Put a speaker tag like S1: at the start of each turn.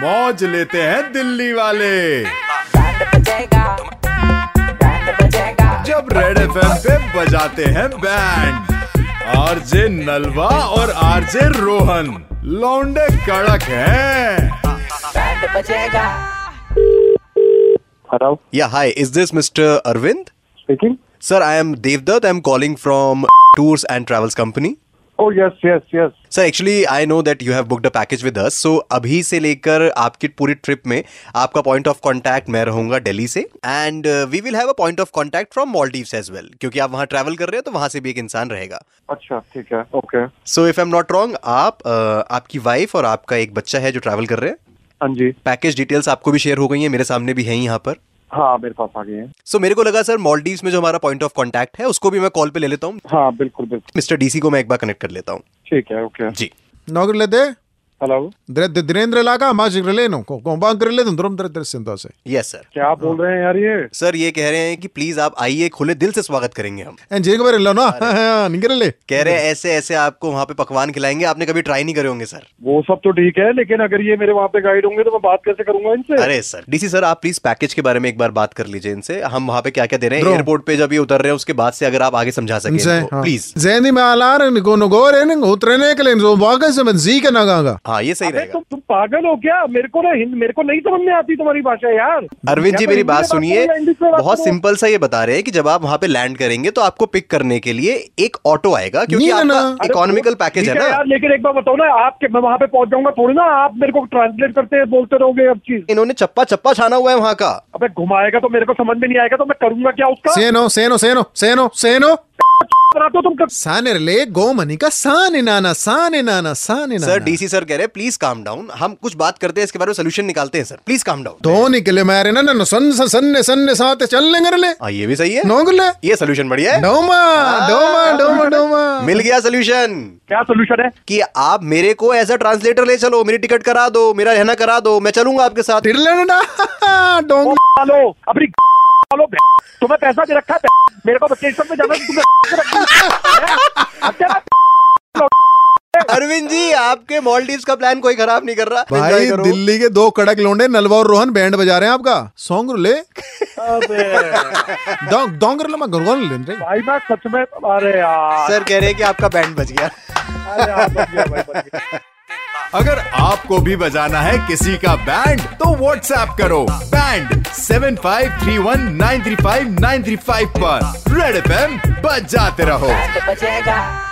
S1: मौज लेते हैं दिल्ली वाले जब रेड एफ पे बजाते हैं बैंड आरजे नलवा और आरजे रोहन लौंडे कड़क हैं
S2: Hello,
S3: Yeah, hi. Is this Mr. Arvind?
S2: speaking.
S3: Sir, I am Devdutt. I'm calling from Tours and Travels Company.
S2: Oh yes, yes, yes.
S3: Sir actually I know that you have booked a package with us so अभी से लेकर आपकी पूरी trip में आपका point of contact मैं रहूंगा दिल्ली से and we will have a point of contact from Maldives as well क्योंकि आप वहाँ ट्रैवल कर रहे हो तो वहाँ से भी एक इंसान रहेगा
S2: अच्छा ठीक है okay
S3: so if I am not wrong आप uh, आपकी वाइफ और आपका एक बच्चा है जो ट्रैवल कर रहे हैं
S2: हाँ जी
S3: पैकेज डिटेल्स आपको भी शेयर हो गई हैं मेरे सामने भी हैं यहाँ पर
S2: हाँ मेरे पास आ गए हैं
S3: सो मेरे को लगा सर मॉलडीव्स में जो हमारा पॉइंट ऑफ कांटेक्ट है उसको भी मैं कॉल पे ले लेता हूँ
S2: हाँ बिल्कुल बिल्कुल
S3: मिस्टर डीसी को मैं एक बार कनेक्ट कर लेता हूँ
S2: ठीक है ओके
S3: जी
S4: నగర్లేదే
S2: हेलो
S4: ద్రెద్ద దినేంద్రలాగా మా జిగ్రలేను కొంబాంగ్రలేదు దురం ద్రెద్ర సిందోసే
S3: यस सर
S2: क्या बोल रहे हैं यार ये
S3: सर ये कह रहे हैं कि प्लीज आप आइए खुले दिल से स्वागत करेंगे हम
S4: ఏం చేయగబరెల్లోనా నింగరలే
S3: कह रहे हैं ऐसे ऐसे आपको वहाँ पे पकवान खिलाएंगे आपने कभी ट्राई नहीं करे होंगे सर
S2: वो सब तो ठीक है लेकिन अगर ये मेरे वहाँ पे गाइड होंगे तो मैं बात कैसे करूंगा इनसे
S3: अरे सर डीसी सर आप प्लीज पैकेज के बारे में एक बार बात कर लीजिए इनसे हम वहाँ पे क्या क्या दे रहे हैं
S4: ध्रुव।
S3: एयरपोर्ट पे जब ये उतर रहे हैं उसके बाद से अगर आप आगे समझा सकें
S4: हाँ।
S3: इनको, प्लीज
S4: జేంది మాలార్ నికో నుగోరే నింగ ఉత్రనే కలే जो బాగా समझ जी के नगागा
S3: हाँ ये सही
S2: अरे
S3: रहेगा
S2: तुम तुम पागल हो क्या मेरे को ना हिंद मेरे को नहीं समझ में आती तुम्हारी भाषा यार
S3: अरविंद
S2: या
S3: जी
S2: तो
S3: मेरी
S2: हिंदी
S3: बात
S2: में करो
S3: सुनिए
S2: या तो- इंग्लिश में बात
S3: बहुत
S2: करो।
S3: सिंपल सा ये बता रहे हैं कि जब आप वहाँ पे लैंड करेंगे तो आपको पिक करने के लिए एक ऑटो आएगा क्योंकि
S4: नहीं ना, ना।
S3: आपका
S2: अरे
S3: इकोनॉमिकल
S2: वो-
S3: पैकेज है
S2: ठीक
S3: ना
S2: यार लेकिन एक बार बताओ ना आपके मैं वहाँ पे पहुंच जाऊंगा थोड़ी ना आप मेरे को ट्रांसलेट करते हैं बोलते रहोगे अब चीज
S3: इन्होंने चप्पा चप्पा छाना हुआ है वहाँ का
S2: अबे घुमाएगा तो मेरे को समझ में नहीं आएगा तो मैं करूंगा क्या उसका
S4: సేనో సేనో సేనో సేనో సేనో
S2: बना तो तुम कर-
S4: సానెరలే గోమనిక సానినానా సానినానా సానినానా
S3: सर डीसी सर कह रहे हैं प्लीज काम डाउन हम कुछ बात करते हैं इसके बारे में सोल्यूशन निकालते हैं सर प्लीज काम डाउन
S4: दो निकले मारे ना ना सन सन्ने सन्ने साथ चल लेंगरले
S3: हाँ ये भी सही है
S4: नोगले
S3: ये सोल्यूशन बढ़िया है
S4: डोमा डोमा डोमा डोमा
S3: मिल गया सोल्यूशन
S2: क्या सोल्यूशन है
S3: कि आप मेरे को एज अ ट्रांसलेटर ले चलो मेरी टिकट करा दो मेरा रहना करा दो मैं चलूंगा आपके साथ
S4: తిర్లనడా డోంగ్
S2: लो अपनी लो तुम्हें पैसा दे रखा है मेरे को स्टेशन पे जाना है, तुमने रखी है। अब तेरा
S3: अरविंद जी आपके मॉलडीव्स का प्लान कोई खराब नहीं कर रहा Enjoy
S4: भाई
S3: करो।
S4: दिल्ली के दो कड़क लौंडे नलवा और रोहन बैंड बजा रहे हैं आपका सॉन्ग ले डोंग डोंगर लमा गरगन ले रे
S2: भाई मैं सच में अरे यार
S3: सर कह रहे हैं कि आपका बैंड बच गया
S2: अरे यार, बच गया भाई, बच गया।
S1: अगर आपको भी बजाना है किसी का बैंड तो WhatsApp करो बैंड 7531935935 पर रेड एफ बजाते रहो
S5: बचेगा